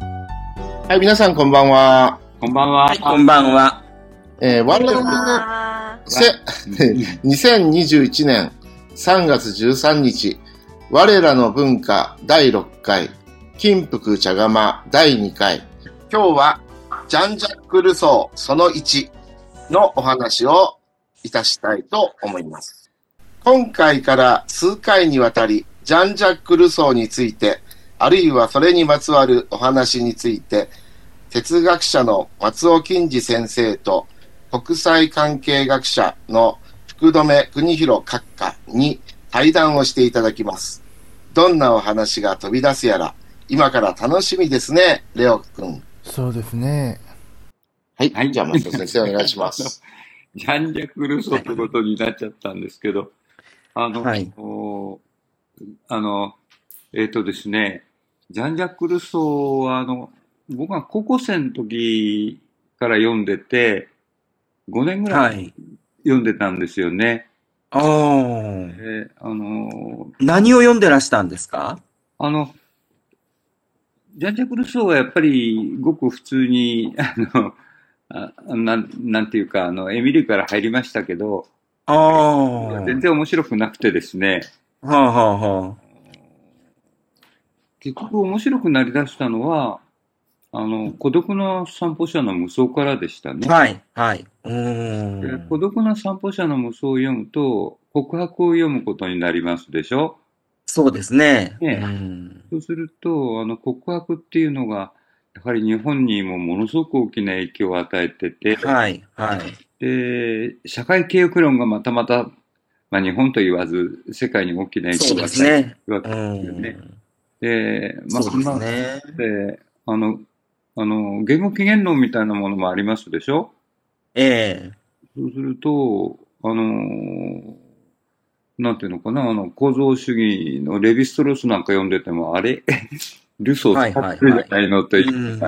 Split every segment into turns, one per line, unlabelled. はい、皆さんこんばんは。
こんばんは。
はい、こんばんは。
えー、ワンランせ、2021年3月13日、我らの文化第6回、金福茶釜第2回、今日はジャンジャック・ルソーその1のお話をいたしたいと思います。今回から数回にわたり、ジャンジャック・ルソーについて、あるいはそれにまつわるお話について、哲学者の松尾金次先生と国際関係学者の福留邦弘閣下に対談をしていただきます。どんなお話が飛び出すやら、今から楽しみですね、レオ君。
そうですね。
はい。
はい
じゃあ、松尾先 生お願いします。
ジャンジャック・ルソーってことになっちゃったんですけど、あの、
はい
おあの、えっ、とですね、ジャンジャック・ルソーは、あの、僕が高校生の時から読んでて、5年ぐら
はいい。
読んでたんですよね。
おー。
であの、
何を読んでらしたんですか
あの、ジャンジャック・ルソーはやっぱりごく普通に、あの、あなんなんていうか、あの、エミリーから入りましたけど、
ああ。は
全然面白くなくてですね、
あはあは
結局面白くなりだしたのは、あの、孤独な散歩者の無双からでしたね
あ。。はい。はい。う
で
ーん。
孤独な散歩者の無双を読むと、告白を読むことになりますでしょ
そうですね。
ね
うん
そうすると、あの、告白っていうのが、やはり日本にもものすごく大きな影響を与えてて、
はい。はい。
で、社会契約論がまたまた、まあ日本と言わず、世界に大きな影
そ
響を
うです
与えて
ね。
いるわけ
う
ですよね。
ん。
で、まあ、
そうですね。
で、あの、あの、言語起源論みたいなものもありますでしょ
え
そうすると、あのーなんていうのかな、あの、構造主義のレヴィストロースなんか読んでても、あれ ルソー使ってるじゃないのと
え。
いう
うん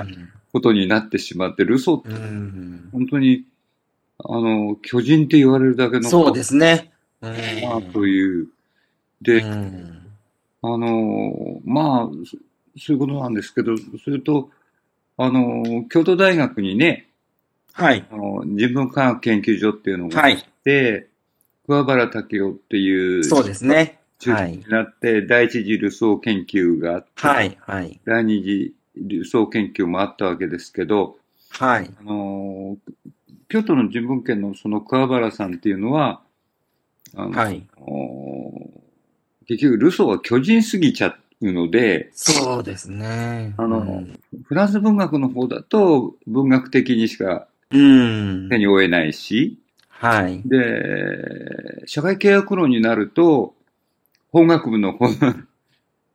ことになってしまって、ルソーって
うん。
本当に、あの、巨人って言われるだけの
そうですね。うん
なという。で、
うん
あの、まあ、そそういうことなんですけど、それと、あの、京都大学にね、
はい。
あの人文科学研究所っていうのが
は
あっ
い。
て、桑原武雄っていう、
そうですね。
中
は
心に
い。
なって、第一次ルソー研究があって、
はい。はい。
第二次ルソー研究もあったわけですけど、
はい。
あの、京都の人文研のその桑原さんっていうのは、あの
はい。
結局、ルソーは巨人すぎちゃうので、
そうですね。
あの
うん
フランス文学の方だと文学的にしか
うん
手。に負えないし、
はい。
で、社会契約論になると、法学部の方に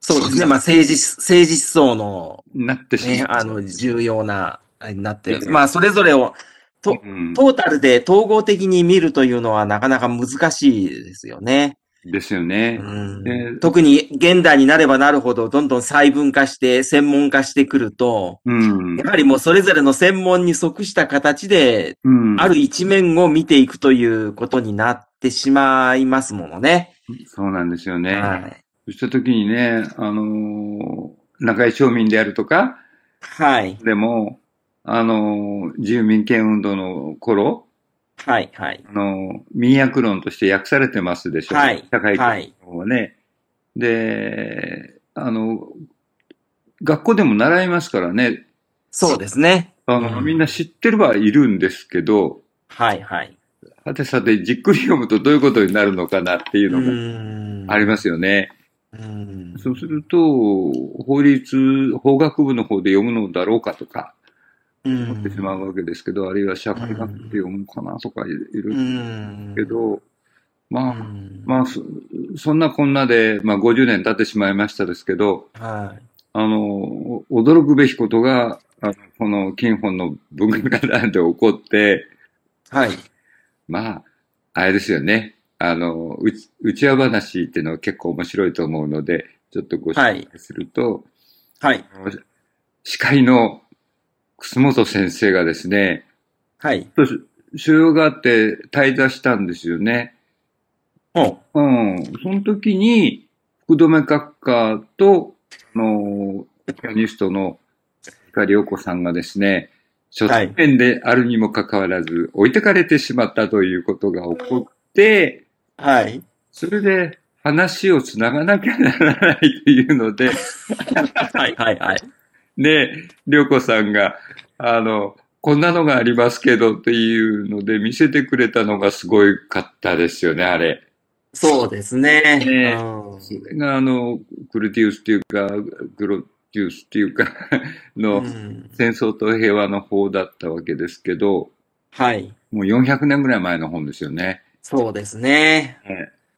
そうですね。まあ、政治、政治思想の、
なってし
ね、
まう。
あの、重要な、あれになって
ええ
る。まあ、それぞれをと
うん
トータルで統合的に見るというのはなかなか難しいですよね。
ですよね。
うん
ええ
特に現代になればなるほど、どんどん細分化して、専門化してくると、
うん
や。はりもうそれぞれの専門に即した形で、
うん
ある一面を見ていくということになってしまいますものね。
そうなんですよね。
はい。
そうした時にね、あのー中井町民であるとか、
はい。
でも、あのー自由民権運動の頃、
はい。はい。
あの、民約論として訳されてますでしょ。
はい
社会
は
科
い。
はね。で、あの、学校でも習いますからね。
そうですね。
あの、
うん
みんな知ってるはいるんですけど、
はい。はい。
はてさてじっくり読むとどういうことになるのかなっていう
う
の
ん
がありますよね。
うん
そうすると、法律、法学部の方で読むのだろうかとか、
うん
思ってしまうわけですけど、あるいは社会学って読むかなとかいる
うん
けど、まあ、
うん
まあ、そそんなこんなで、まあ、50年経ってしまいましたですけど、
はい。
あの、お驚くべきことが、あのこの金本の文化団で起こって、
はい。
まあ、あれですよね。あの、うち、うちわ話っていうのは結構面白いと思うので、ちょっとご紹介すると、
はい。
あの司会の楠本先生がですね、
はい。
ちょっと所用があって対座したんですよね。
ほ
うん。その時に、福留閣下と、あの、ピアニストの光陽子さんがですね、書店面であるにもかかわらず、置いてかれてしまったということが起こって、
はい。
それで話をつながなきゃならないというので、
はい、はい、はい。
で、りょうこさんが、あの、こんなのがありますけどっていうので見せてくれたのがすごいかったですよね、あれ。
そうですね。
ね
うん
それがあの、クルティウスっていうか、グロティウスっていうか、 の、
うん
戦争と平和の方だったわけですけど、
はい。
もう400年ぐらい前の本ですよね。
そうですね。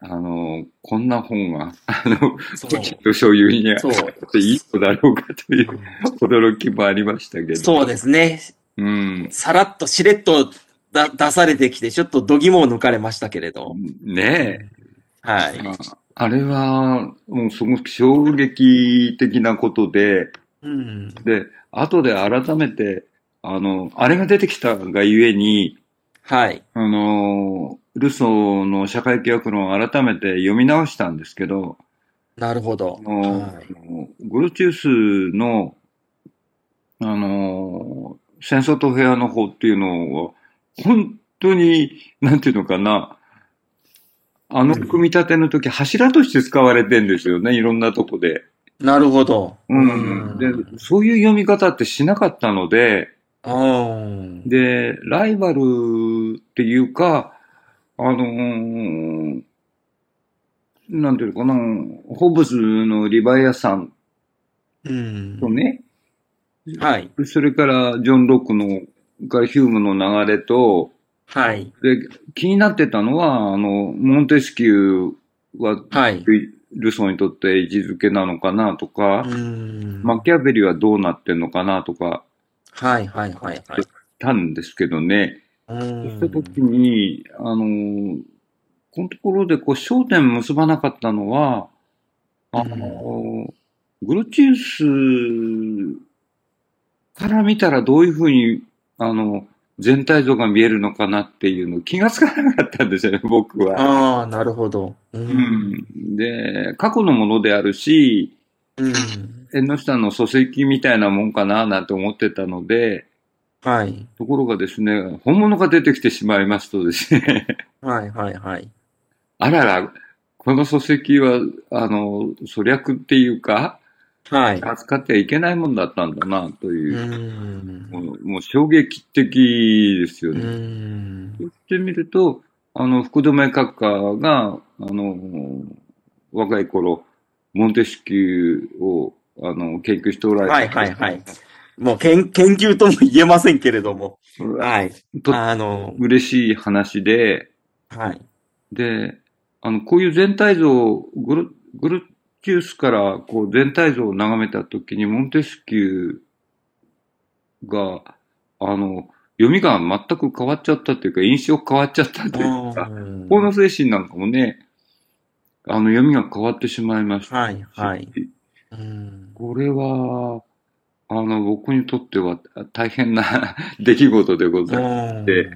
あの、こんな本が、あの、
そう
プチと所有にあ
そう
っていいのだろうかという 驚きもありましたけど。
そうですね。
うん。
さらっとしれっとだ出されてきて、ちょっと度肝を抜かれましたけれど。
ねえ。
はい。
あれは、もうすごく衝撃的なことで、
うん。
で、後で改めて、あの、あれが出てきたがゆえに、
はい。
あの、ルソーの社会規約論を改めて読み直したんですけど、
なるほど
あ。の、
はい
グルチウスの、あの、戦争と平和の法っていうのを、本当に、なんていうのかな、あの組み立ての時、柱として使われてんですよね、いろんなとこで。
なるほど。
うん。で
う、
そういう読み方ってしなかったので、
うん。
で、ライバルっていうか、あのーなんていうのかな、ホブズのリバイアさん
うん
とね、
はい。
それからジョン・ロックの、からヒュームの流れと、
はい。
で、気になってたのは、あの、モンテスキューは、
はい。
ルソーにとって位置づけなのかなとか、
うん
マキャベリはどうなってんのかなとか、
はい、はい、はい、はい。
たんですけどね、そう
うん
したときに、あのーこのところでこう焦点結ばなかったのは、あのーグルチウスから見たらどういうふうに、あの、全体像が見えるのかなっていうの気がつかなかったんですよね、僕は。
ああ、なるほど。う
う。ん、で、過去のものであるし、
うん。
縁の下の礎石みたいなもんかななんて思ってたので、
はい。
ところがですね、本物が出てきてしまいますとですね、
はい、はい、はい。
あらら、この礎石は、あの、粗略っていうか、
はい。
扱ってはいけないもんだったんだな、と
う
いう、
ん。
もうもう衝撃的ですよ
う
ね。
ん。
言ってみると、あの、福留閣下が、あの、若い頃、モンテスキューを、あの、研究しておられた。
はいはいはい。もう研研究とも言えませんけれども。はい。
と
あの、
嬉しい話で、
はい。
で、あの、こういう全体像をグル、グルチウスからこう全体像を眺めたときに、モンテスキューが、あの、読みが全く変わっちゃったというか、印象変わっちゃったというか、
うん
法の精神なんかもね、あの、読みが変わってしまいました。
はいはい。うん
これは、あの、僕にとっては大変な 出来事でございます。で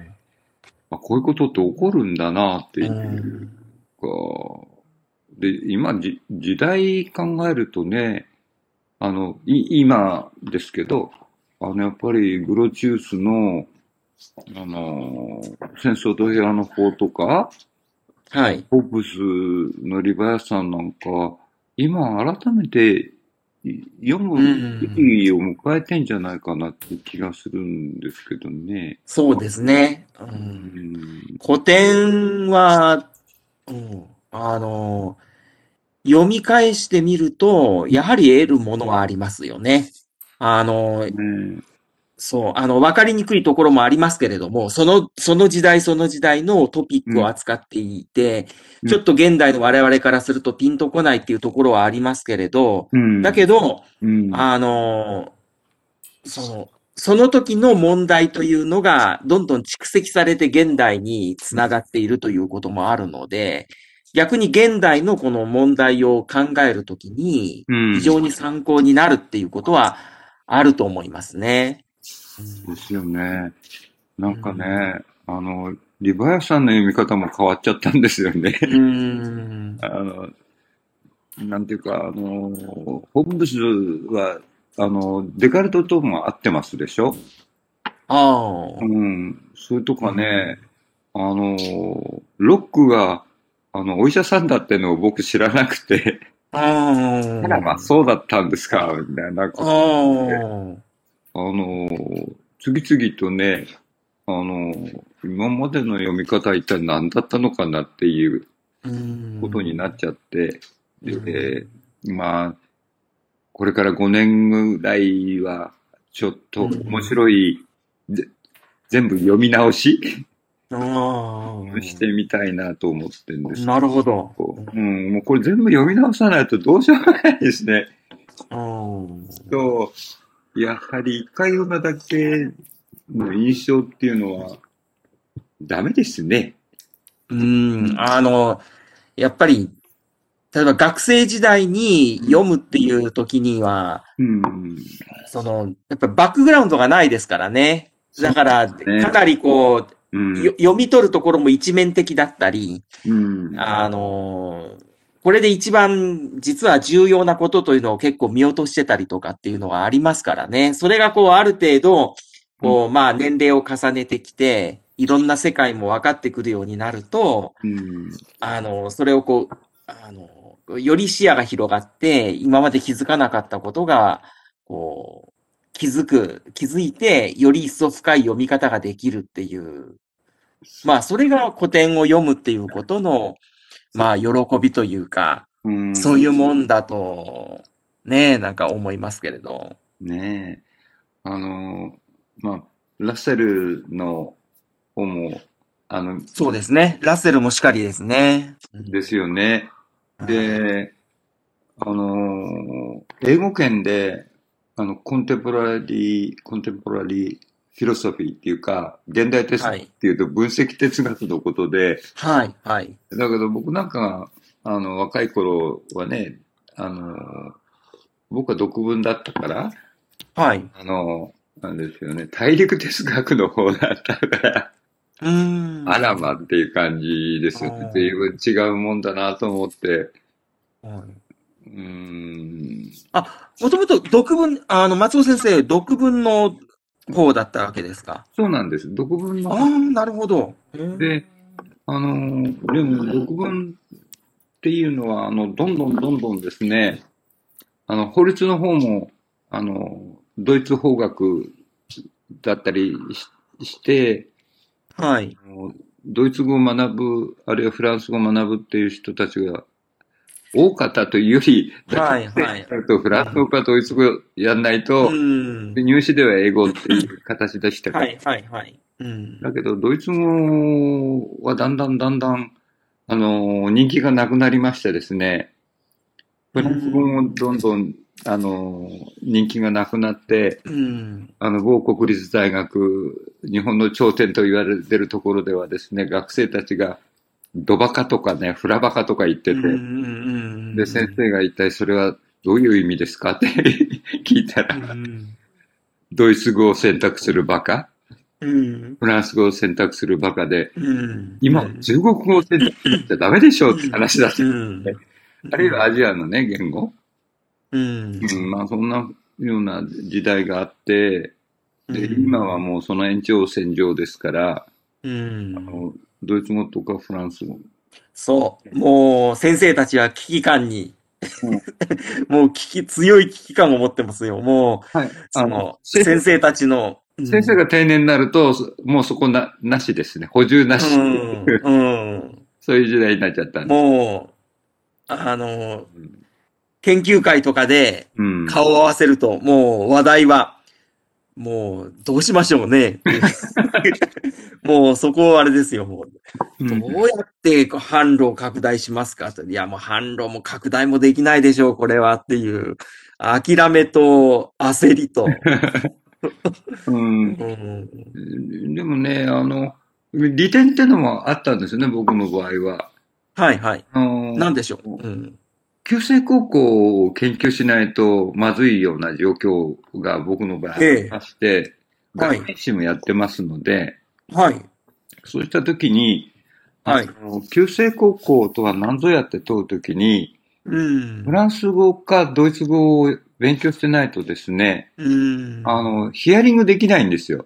あこういうことって起こるんだなっていうう。
ん
か。で、今じ、時代考えるとね、あの、い、今ですけど、あの、やっぱりグロチウスの、あの、戦争と平和の法とか、
はい。
ホープスのリバヤスさんなんか、今改めてい読む時期を迎えてんじゃないかなって気がするんですけどね。
そうですね。う
うんん。
古典は、うんあの、読み返してみると、やはり得るものはありますよね。あの、
ね
そう、あの、わかりにくいところもありますけれども、その、その時代その時代のトピックを扱っていて、
うん
ちょっと現代の我々からするとピンとこないっていうところはありますけれど、
うん。
だけど、
うん、
あの、その、その時の問題というのが、どんどん蓄積されて現代につながっているということもあるので、逆に現代のこの問題を考えるときに、
うん
非常に参考になるっていうことはあると思いますね。
ですよね。なんかね、あの、リバヤスさんの読み方も変わっちゃったんですよね。
うーん。
あの、なんていうか、あの、ホームズはあの、デカルトとも合ってますでしょ
ああ
う。ん。それとかね、あの、ロックが、あの、お医者さんだってのを僕知らなくて、
あ
あら まあそうだったんですか、みたいなこと
あー。
あのー、次々とね、あのー、今までの読み方は一体何だったのかなっていう
うん
ことになっちゃって、
うん
で、まあ、これから5年ぐらいは、ちょっと面白い、ぜ全部読み直し
ああ。
してみたいなと思ってるんですけ
なるほど。
ど、うん、もうこれ全部読み直さないとどうしようもないですね。
うん。
と、やはり一回読んだだけの印象っていうのは、ダメですね。
うん、あの、やっぱり、例えば学生時代に読むっていう時には、
うん。
その、やっぱバックグラウンドがないですからね。だから、
ね
かなりこ
う
う、
ん
よ。読み取るところも一面的だったり、
うん。
あのーこれで一番実は重要なことというのを結構見落としてたりとかっていうのはありますからね。それがこうある程度、こうまあ年齢を重ねてきて、いろんな世界も分かってくるようになると、
うん。
あの、それをこう、あの、より視野が広がって、今まで気づかなかったことが、こう、気づく、気づいて、より一層深い読み方ができるっていう、まあ、それが古典を読むっていうことの、まあ、喜びというか、
うん。
そういうもんだと、ねえ、なんか思いますけれど。
ねえ。あの、まあ、ラッセルの方も、あの、
そうですね。ラッセルもしかりですね。
ですよね。で、あのー英語圏で、あの、コンテンポラリー、コンテンポラリーフィロソフィーっていうか、現代哲学っていうと分析哲学のことで、
はい、はい。
だけど僕なんかが、あの、若い頃はね、あのー僕は独文だったから、
はい。
あのーなんですよね、大陸哲学の方だったから、
うーん。
あらまっていう感じですよ
う
ね
ん。
随分違うもんだなと思って、
はい。
うーん、
あ、もともと独文、あの、松尾先生、独文の方だったわけですか。
そうなんです。独文
あ
の。
あ、なるほど。へー
で、あのーでも独文っていうのは、あの、どんどんどんどんですね、あの、法律の方も、あの、ドイツ法学だったりしして、
はい。
あのドイツ語を学ぶ、あるいはフランス語を学ぶっていう人たちが多かったというより、
はい、はい。
だとフランス語かドイツ語やんないうと、
ん。
で入試では英語っていう形でしたから、
はい、はい、はい。うん。
だけど、ドイツ語はだんだんだんだん、あの、人気がなくなりましてですね、フランス語もどんどん、あの、人気がなくなって、
うん。
あの、某国立大学、日本の頂点と言われてるところではですね、学生たちが、ドバカとかね、フラバカとか言って
う
て
ん、うん。
で、先生が一体それはどういう意味ですか って聞いた
う
ら、
ん。
ドイツ語を選択するバカ、
うん。
フランス語を選択するバカで、
うん。
今、
うん
中国語を選択しちゃダメでしょうって話だっ
う
た。
ん。
あるいはアジアのね、言語。
うん。
うん、まあそんなような時代があって、で、
うん
今はもうその延長線上ですから、
うん
あのドイツ語とかフランス語。
そう。もう、先生たちは危機感に、 もう危機、強い危機感を持ってますよ。もう、
はい。あ
そ
の
の、、
せ
先生たちの、うん
先生が定年になると、もうそこな、なしですね。補充なし。
うん、うん。
そういう時代になっちゃったんで
もう、あの、
す。うん
研究会とかで
うん。
顔を合わせると、もう話題は、もう、どうしましょうね。 もう、そこはあれですよ、もう。
う
ど
ん
うやって販路を拡大しますかと。いや、もう販路も拡大もできないでしょう、これはっていう。諦めと焦りと。
うん
うん、
でもね、あの、利点ってのもあったんですよね、僕の場合は。
はいはい。
あの
なんでしょう。うん、
旧制高校を研究しないとまずいような状況が僕の場合あ
ええ
りまして、
はい
学年誌もやってますので、
はい。
そうしたときに、
はい
あの旧制高校とは何ぞやって問うときに、
うん
フ。ランス語かドイツ語を勉強してないとですね、
うん。
あの、ヒアリングできないんですよ。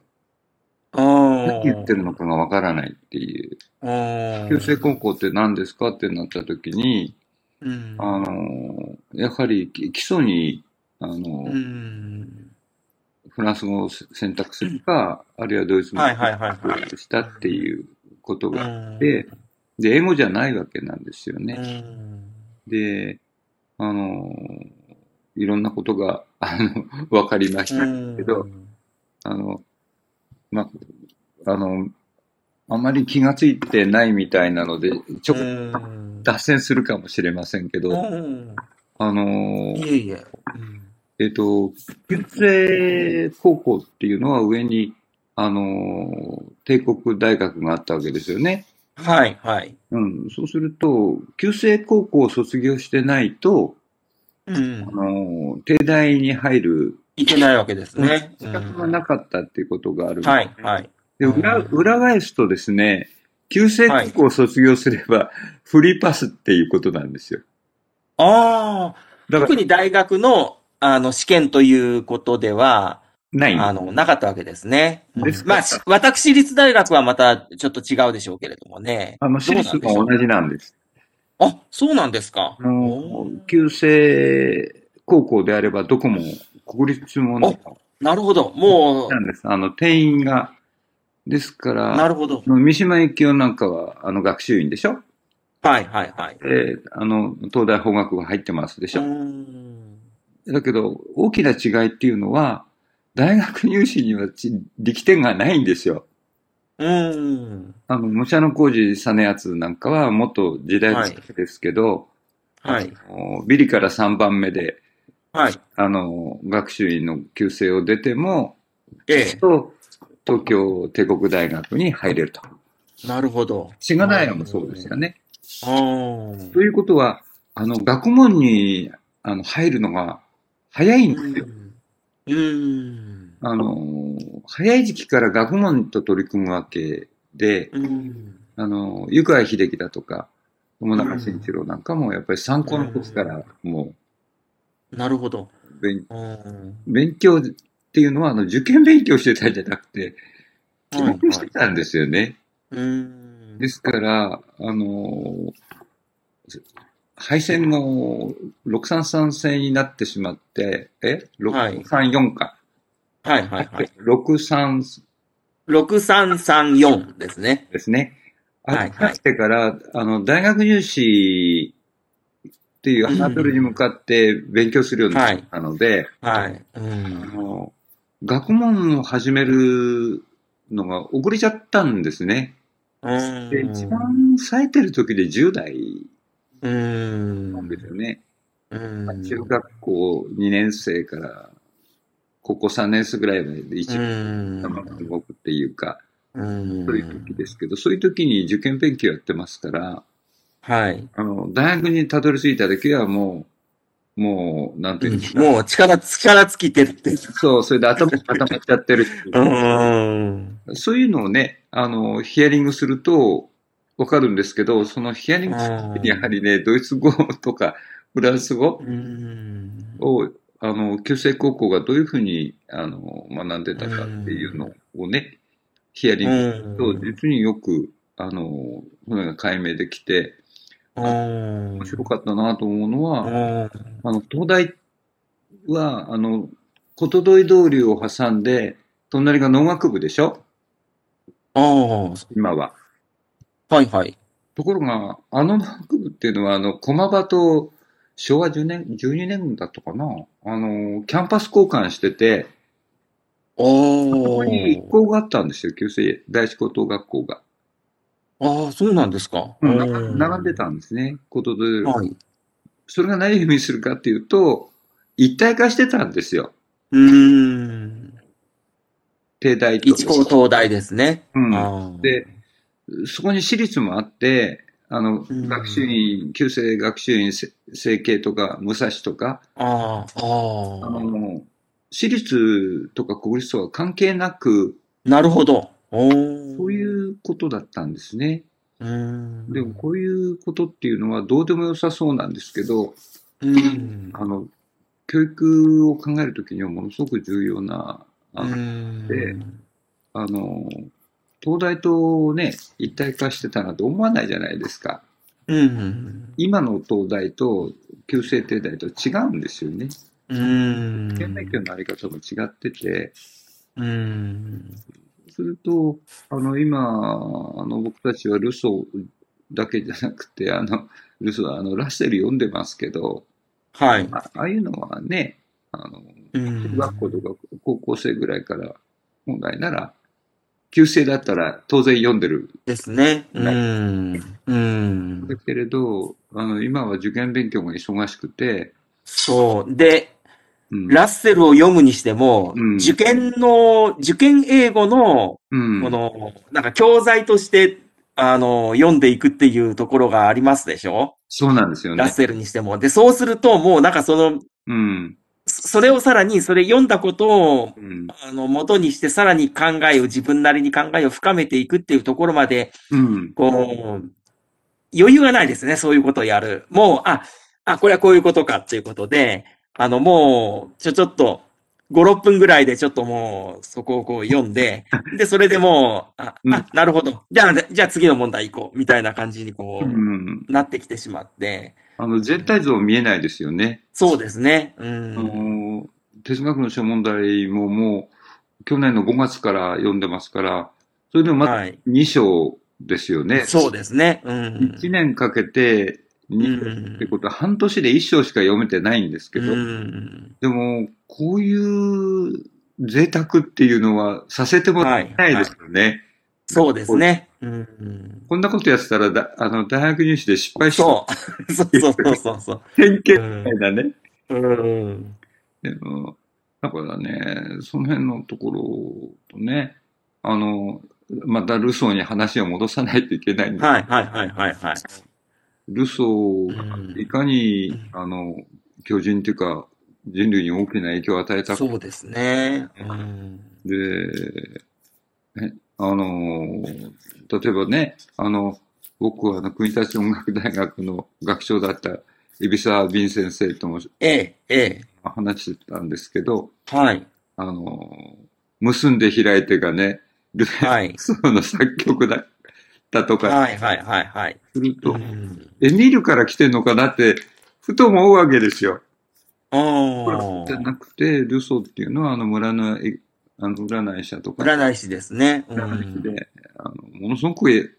あ
何言ってるのかがわからないっていう。
あ
旧制高校って何ですかってなった時に、
うん。
あの、やはりき基礎に、あの、
うん。
フランス語を選択するか、あるいはドイツ語を
はいは
選
いはいはい。
択したっていうこと
う
があ
ん
って、で、英語じゃないわけなんですよ
う
ね。
ん。
で、あの、いろんなことが、あの、 わかりました。けどあの、ま、あの、あまり気がついてないみたいなので、ちょっ
う
と
ん
脱線するかもしれませんけど、
うん
あの
い
ー、
えいえ。うん
えっと、旧制高校っていうのは上に、あのー、帝国大学があったわけですよね。
はいはい。
うん、そうすると、旧制高校を卒業してないと、
うん
あ。のー、帝大に入る
いけないわけですね。
資格がなかったっていうことがある。
はいはい。
で、裏、
うん
裏返すとですね、旧制高校を卒業すれば、フリーパスっていうことなんですよ。
ああ、
だか
特
ら、
に大学の、あの、試験ということでは、
ないん
あ
で
の、なかったわけですね。うん
です
まあ、し私立大学はまたちょっと違うでしょうけれどもね。
あの、私立も同じなんです。
あ、そうなんですか。
あの
おー、
旧制高校であれば、どこも、国立もね
なるほど。も
なんです。あの、定員が。ですか
う、な
ら、
るほど
あ。の三島由紀夫なんかは、あの、学習院でしょ
はいはいはい。
で、あの、東大法学部入ってますでし
う
ょ
ん。
だけど、大きな違いっていうのは、大学入試にはち力点がないんですよ。
うん。
あの、武者の工事実篤なんかは、もっと時代ですけど、
はい。
あのビリから3番目で、
はい。
あの、学習院の旧制を出ても、
え
と、東京帝国大学に入れると。
え。なるほど。
志賀平もそうですよね。
あー。
ということは、あの、学問に、あの、入るのが早いんですよ。
うん。
あの、早い時期から学問と取り組むわけで、
うん。
あの、湯川秀樹だとか、友中慎一郎なんかも、やっぱり参考の時から、も
なるほど。
う、勉
うん。
勉強っていうのは、あの、受験勉強してたんじゃなくて、
は
勉強して
い。
たんですよね。
うん。
ですから、あの、敗戦後、633戦になってしまって、え
はい
634か。
はいはいはい。
63
6334ですね。
ですね。あ
はいはい
してから、あの、大学入試っていうハードルに向かって勉強するようになったので、
はい。う
あ
ん。
の、学問を始めるのが遅れちゃったんですね。
うん
で、一番冴えてる時で10代
うん。
なんですよね。
うん。
中学校2年生から高校3年生ぐらいまで一番動くっていうか、
うん。
そういう時ですけど、そういう時に受験勉強やってますから、
はい。
あの、大学にたどり着いた時はもう、もう、なんていうんですか。
もう力、力尽きてるっていう。
そう、それで頭固まっちゃってるっていう
うん。
そういうのをね、あの、ヒアリングするとわかるんですけど、そのヒアリングする時にやはりね、ドイツ語 とかフランス語
うん。
を、あの、旧制高校がどういうふうに、あの、学んでたかっていうのをね、ヒアリングすると、実によく、あの、それが解明できて、
うん。
面白かったなと思うのは、あの、東大は、あの、ことどい通りを挟んで、隣が農学部でしょ
ああ。
今は。
はいはい。
ところが、あの農学部っていうのは、あの、駒場と昭和10年、12年だったかなあの、キャンパス交換してて、そ
お
こに一
ー。
校があったんですよ、旧制第一高等学校が。
ああ、そうなんですか。
うん
うん
並んでたんですね、ことどい通りを
はい。
それが何を意味するかっていうと、一体化してたんですよ。
うん。
帝大と。
一高東大ですね。
うん。
あー
で、そこに私立もあって、あの、
うん
学習院、旧制学習院せ成形とか、武蔵とか、
ああ、
あ
ああ。
の、私立とか国立とは関係なく、
なるほど。おー
そういうことだったんですね。
うん。
でも、こういうことっていうのはどうでもよさそうなんですけど、
うん。
あの、教育を考えるときにはものすごく重要な、あの、であの、東大とね、一体化してたなんて思わないじゃないですか。
うん。
今の東大と旧制帝大と違うんですよね。
うん。
県内教のあり方も違ってて、
うん。
すると、あの、今、あの、僕たちはルソーだけじゃなくて、あの、ルソー、あの、ラッセル読んでますけど、
はい。
あああいうのはね、あの、
うん
中学校とか高校生ぐらいから、本来なら、旧制だったら当然読んでる
ですね。うん。うん。
だけれど、あの、今は受験勉強が忙しくて、
そう。で、
うん。
ラッセルを読むにしても、
うん
受験の、受験英語の、
うん
この、なんか教材として、あの、読んでいくっていうところがありますでしょ
そうなんですよ
ラッ
ね。
セルにしても。で、そうすると、もうなんかその、
うん。
そそれをさらに、それ読んだことを、
うん。
あの、元にして、さらに考えを、自分なりに考えを深めていくっていうところまで、
うん。
こう、余裕がないですね、そういうことをやる。もう、あ、あ、これはこういうことかっていうことで、あの、もう、ちょ、ちょっと、5、6分ぐらいでちょっともう、そこをこう読ん で、で、それでもう、あ、
うん
あなるほど。じゃあ、じゃあ次の問題行こう、みたいな感じにこ
う
う、
ん。
なってきてしまって、
あの、全体像見えないですよね。
そうですね。
あ
うん。
の、哲学の諸問題ももう、去年の5月から読んでますから、それでもま
は
だ
い
2章ですよね。
そうですね。うん。
1年かけて、
う
2
ん
章ってことは半年で1章しか読めてないんですけど
う、ん。
でも、こういう贅沢っていうのはさせてもらえないですよね。
そうですね。うん。
こんなことやってたらだ、あの、大学入試で失敗し
そう。 そうそうそうそうそう。
偏見
う
み
ん
たいなね。
うん。
でも、だからね、その辺のところとね、あの、またルソーに話を戻さないといけないんで、
はいはいはいはいはい。
ルソーがいかに、
うん
あの、巨人っていうか、人類に大きな影響を与えたか
そうですね。うん。
で、ね、あの、例えばね、あの、僕はあの、国立音楽大学の学長だった、海老沢敏先生とも
ええ、ええ。
話してたんですけど、
はい。
あの、結んで開いてがね、ル
は
ネ
い
ソーの作曲だったとか
はいはいはいはい。
すると、
うん。
エミールから来てんのかなって、ふと思うわけですよ。
お
じゃ
ー
なくて、ルソーっていうのは、あの、村の、えあの、占い者とか、
占い師ですね。う
占い師
ん。
で、あの、ものすごくえ、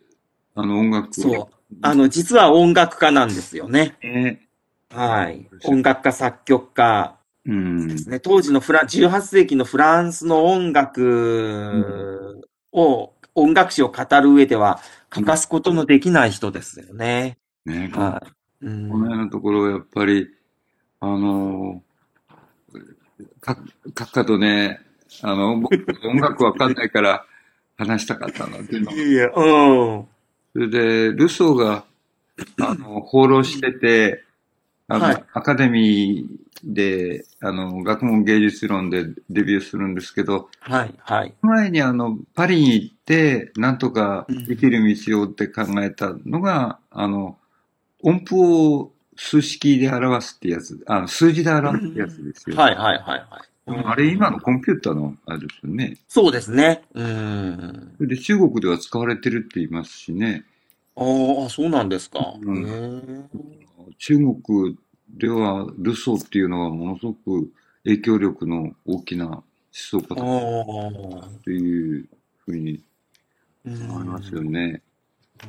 あの、音楽
そう。あの、実は音楽家なんですよね。
ね、
はい。音楽家、作曲家
うん
で、すね。当時のフラン、18世紀のフランスの音楽を、音楽史を語る上では欠かすことのできない人ですよね。
ね、この
はい。うん
辺のところはやっぱり、あの、か、かっかとね、あの、僕音楽わかんないから話したかったなっていうの。
いや、うん。
それで、ルソーが、あの、放浪してて、あの、
はい
アカデミーで、あの、学問芸術論でデビューするんですけど、
はい、はい。
前にあの、パリに行って、なんとか生きる道をって考えたのが、あの、音符を数式で表すってやつ、あの、数字で表すってやつですよ。
はい、はい、はい、はい。
あれ今のコンピューターのあれですよね。
そうですね。うん。
で、中国では使われてるって言いますしね。
ああ、そうなんですか。
うん
へー
中国ではルソーっていうのはものすごく影響力の大きな思想家
あ
だ
あ。
っていうふうに思いますよね。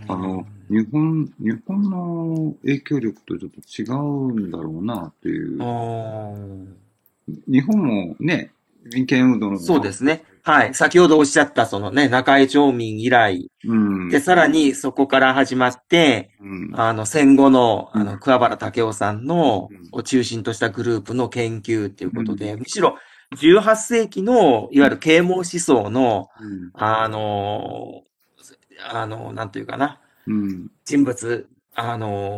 あの、日本、日本の影響力とちょっと違うんだろうなっていう
あ。ー
日本もね、民権運動の。
そうですね。はい。先ほどおっしゃった、そのね、中江町民以来。
うん。
で、さらにそこから始まって、
うん。
あの、戦後の、あ
うん
の、桑原武雄さんの
うん、
を中心としたグループの研究っていうことで、むしろ、18世紀の、いわゆる啓蒙思想の、
うん
あの、あの、なんというかな、
うん。
人物、あの、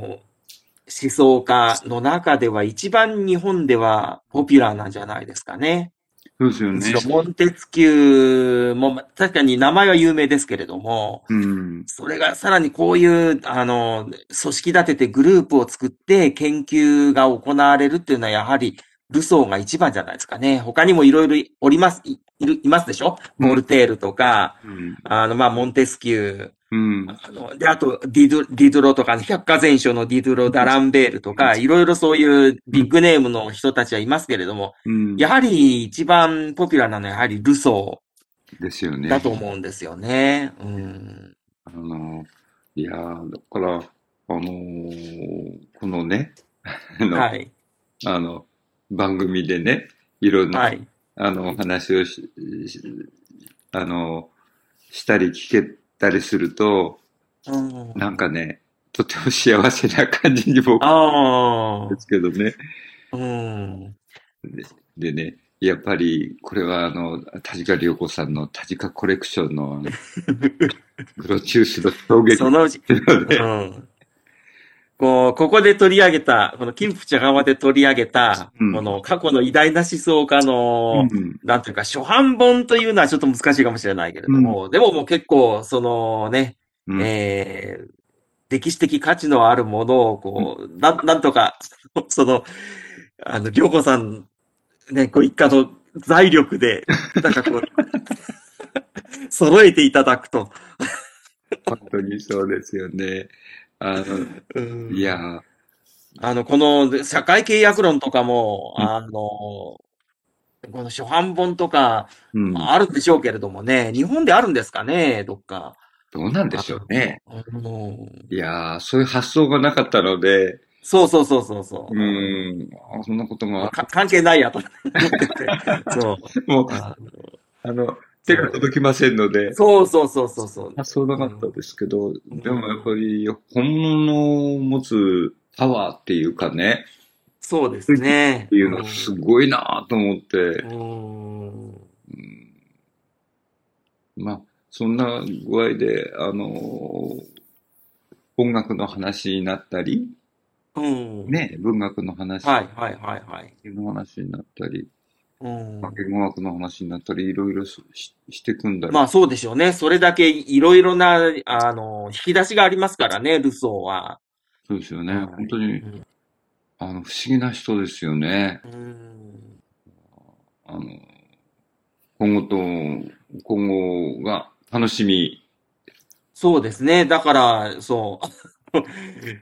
思想家の中では一番日本ではポピュラーなんじゃないですかね。
そうですよ
む
ね
し。ろモンテツキューも、ま確かに名前は有名ですけれども、
うん。
それがさらにこういう、あの、組織立ててグループを作って研究が行われるっていうのはやはりルソーが一番じゃないですかね。他にもいろいろおります、いいるいますでしょモルテールとか、
うん。
あの、まあ、モンテスキュー、
うん。
あの、で、あと、ディドディドロとか、百科全書のディドロ・ダランベールとか、いろいろそういうビッグネームの人たちはいますけれども、
うん。
やはり一番ポピュラーなのはやはりルソ
ですよね。
ーだと思うんですよね。うん。
あの、いやー、だから、あのーこのね、 あの、
はい。
あの、番組でね、いろんな、
はい。
あの、話をし、しあの、したり聞けたりすると、
うん、あ
なんかね、とても幸せな感じに僕
あ
で。すけどね。
うん。
でね、やっぱり、これはあの、田塚良子さんの田塚コレクション の、あのグロチュースの表現
その うち、
ので、
うん。こう、ここで取り上げた、この金プチャ側で取り上げた、
うん
この過去の偉大な思想家の、
うん
なんていうか、初版本というのはちょっと難しいかもしれないけれども、でももう結構、そのね、
うん
えー歴史的価値のあるものを、こう、なん、なんとか、 その、あの、りょうこさん、ね、ご一家の財力で、なんかこう、 揃えていただくと。
本当にそうですよね。あ
うん
の、いやー、
あの、この社会契約論とかも、あの、この初版本とか、
うん、
あるんでしょうけれどもね、日本であるんですかね、どっか。
どうなんでしょうね。
うん
いやー、そういう発想がなかったので、
そうそうそうそうそうう。
ん、あそんなことがあ
か関係ないやと思 ってて。そう
っても、
あ
あの、手が届きませんので、
そうそうそうそうそう。
発想なかったですけど、
ん
でもやっぱり、本物を持つパワーっていうかね、
そうですね。っ
っていうのはすごいなーと思って、うんまあ、そんな具合で、あのー音楽の話になったり、
うん。
ね、文学の話、
はいはいはいはい。
野球の話になったり、
うん
言語学の話になったり、いろいろししてくんだり、
まあそうでしょうね。それだけいろいろな、あの、引き出しがありますからね、ルソーは。
そうですよね。
はい
本当に
うん、
あの、不思議な人ですよね。
うん。
あの、今後と、今後が楽しみ。
そうですね。だから、そ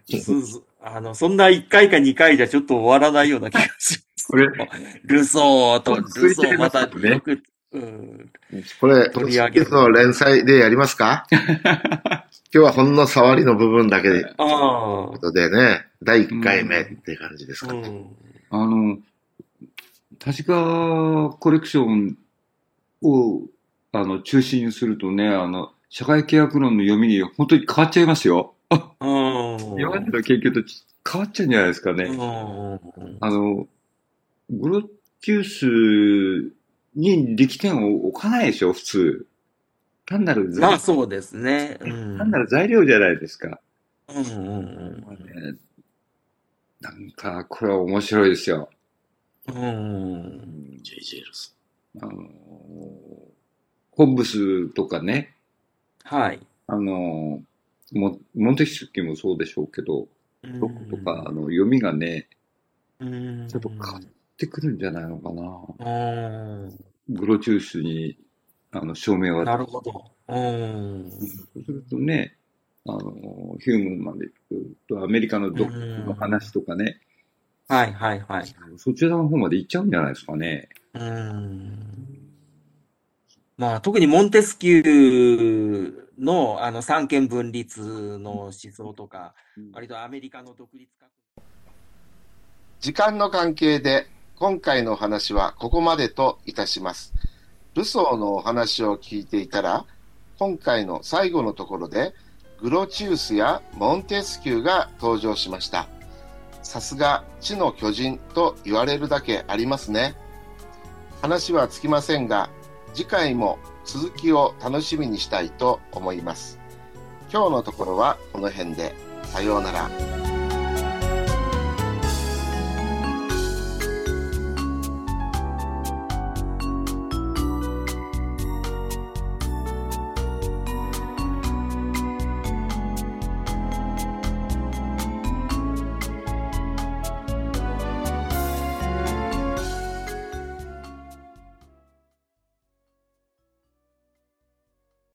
う。すすあの、そんな1回か2回じゃちょっと終わらないような気がします。
これ、
ルソーと、
続
ル
い
ソ
て
ーまた、
ますね
うん。
これ、
取り上げる
の連載でやります か今日はほんの触りの部分だけで、
ああ。
ことでね、第1回目っていう感じですか
う
ね。
ん。
あの、確かコレクションを、あの、中心にするとね、あの、社会契約論の読みに本当に変わっちゃいますよ。
うん。
今までの研究とち変わっちゃうんじゃないですかね。
うん。
あの、グロチュースに力点を置かないでしょ、普通。単なる
まあ
材、
そうですね。うん。
単なる材料じゃないですか。
うんうん
ねなんか、これは面白いですよ。
うん。うん。
JJ ルソ
あの、ホッブスとかね、
はい。
あの、モモンテキスキーもそうでしょうけど、ロックとか、あの、読みがね、
うん、
ちょっと変わってくるんじゃないのかな。
うん。
グロチュースに、あの、証明は
なるほど。うん。
そうするとね、あの、ヒュームンまで行くと、アメリカのドックの話とかね、
はいはいはい。
そちらの方まで行っちゃうんじゃないですかね。
うん。まあ特にモンテスキューのあの三権分立の思想とか、割とアメリカの独立革命
時間の関係で今回のお話はここまでといたします。ルソーのお話を聞いていたら、今回の最後のところでグロチウスやモンテスキューが登場しました。さすが地の巨人と言われるだけありますね。話はつきませんが、次回も続きを楽しみにしたいと思います。今日のところはこの辺で。さようなら。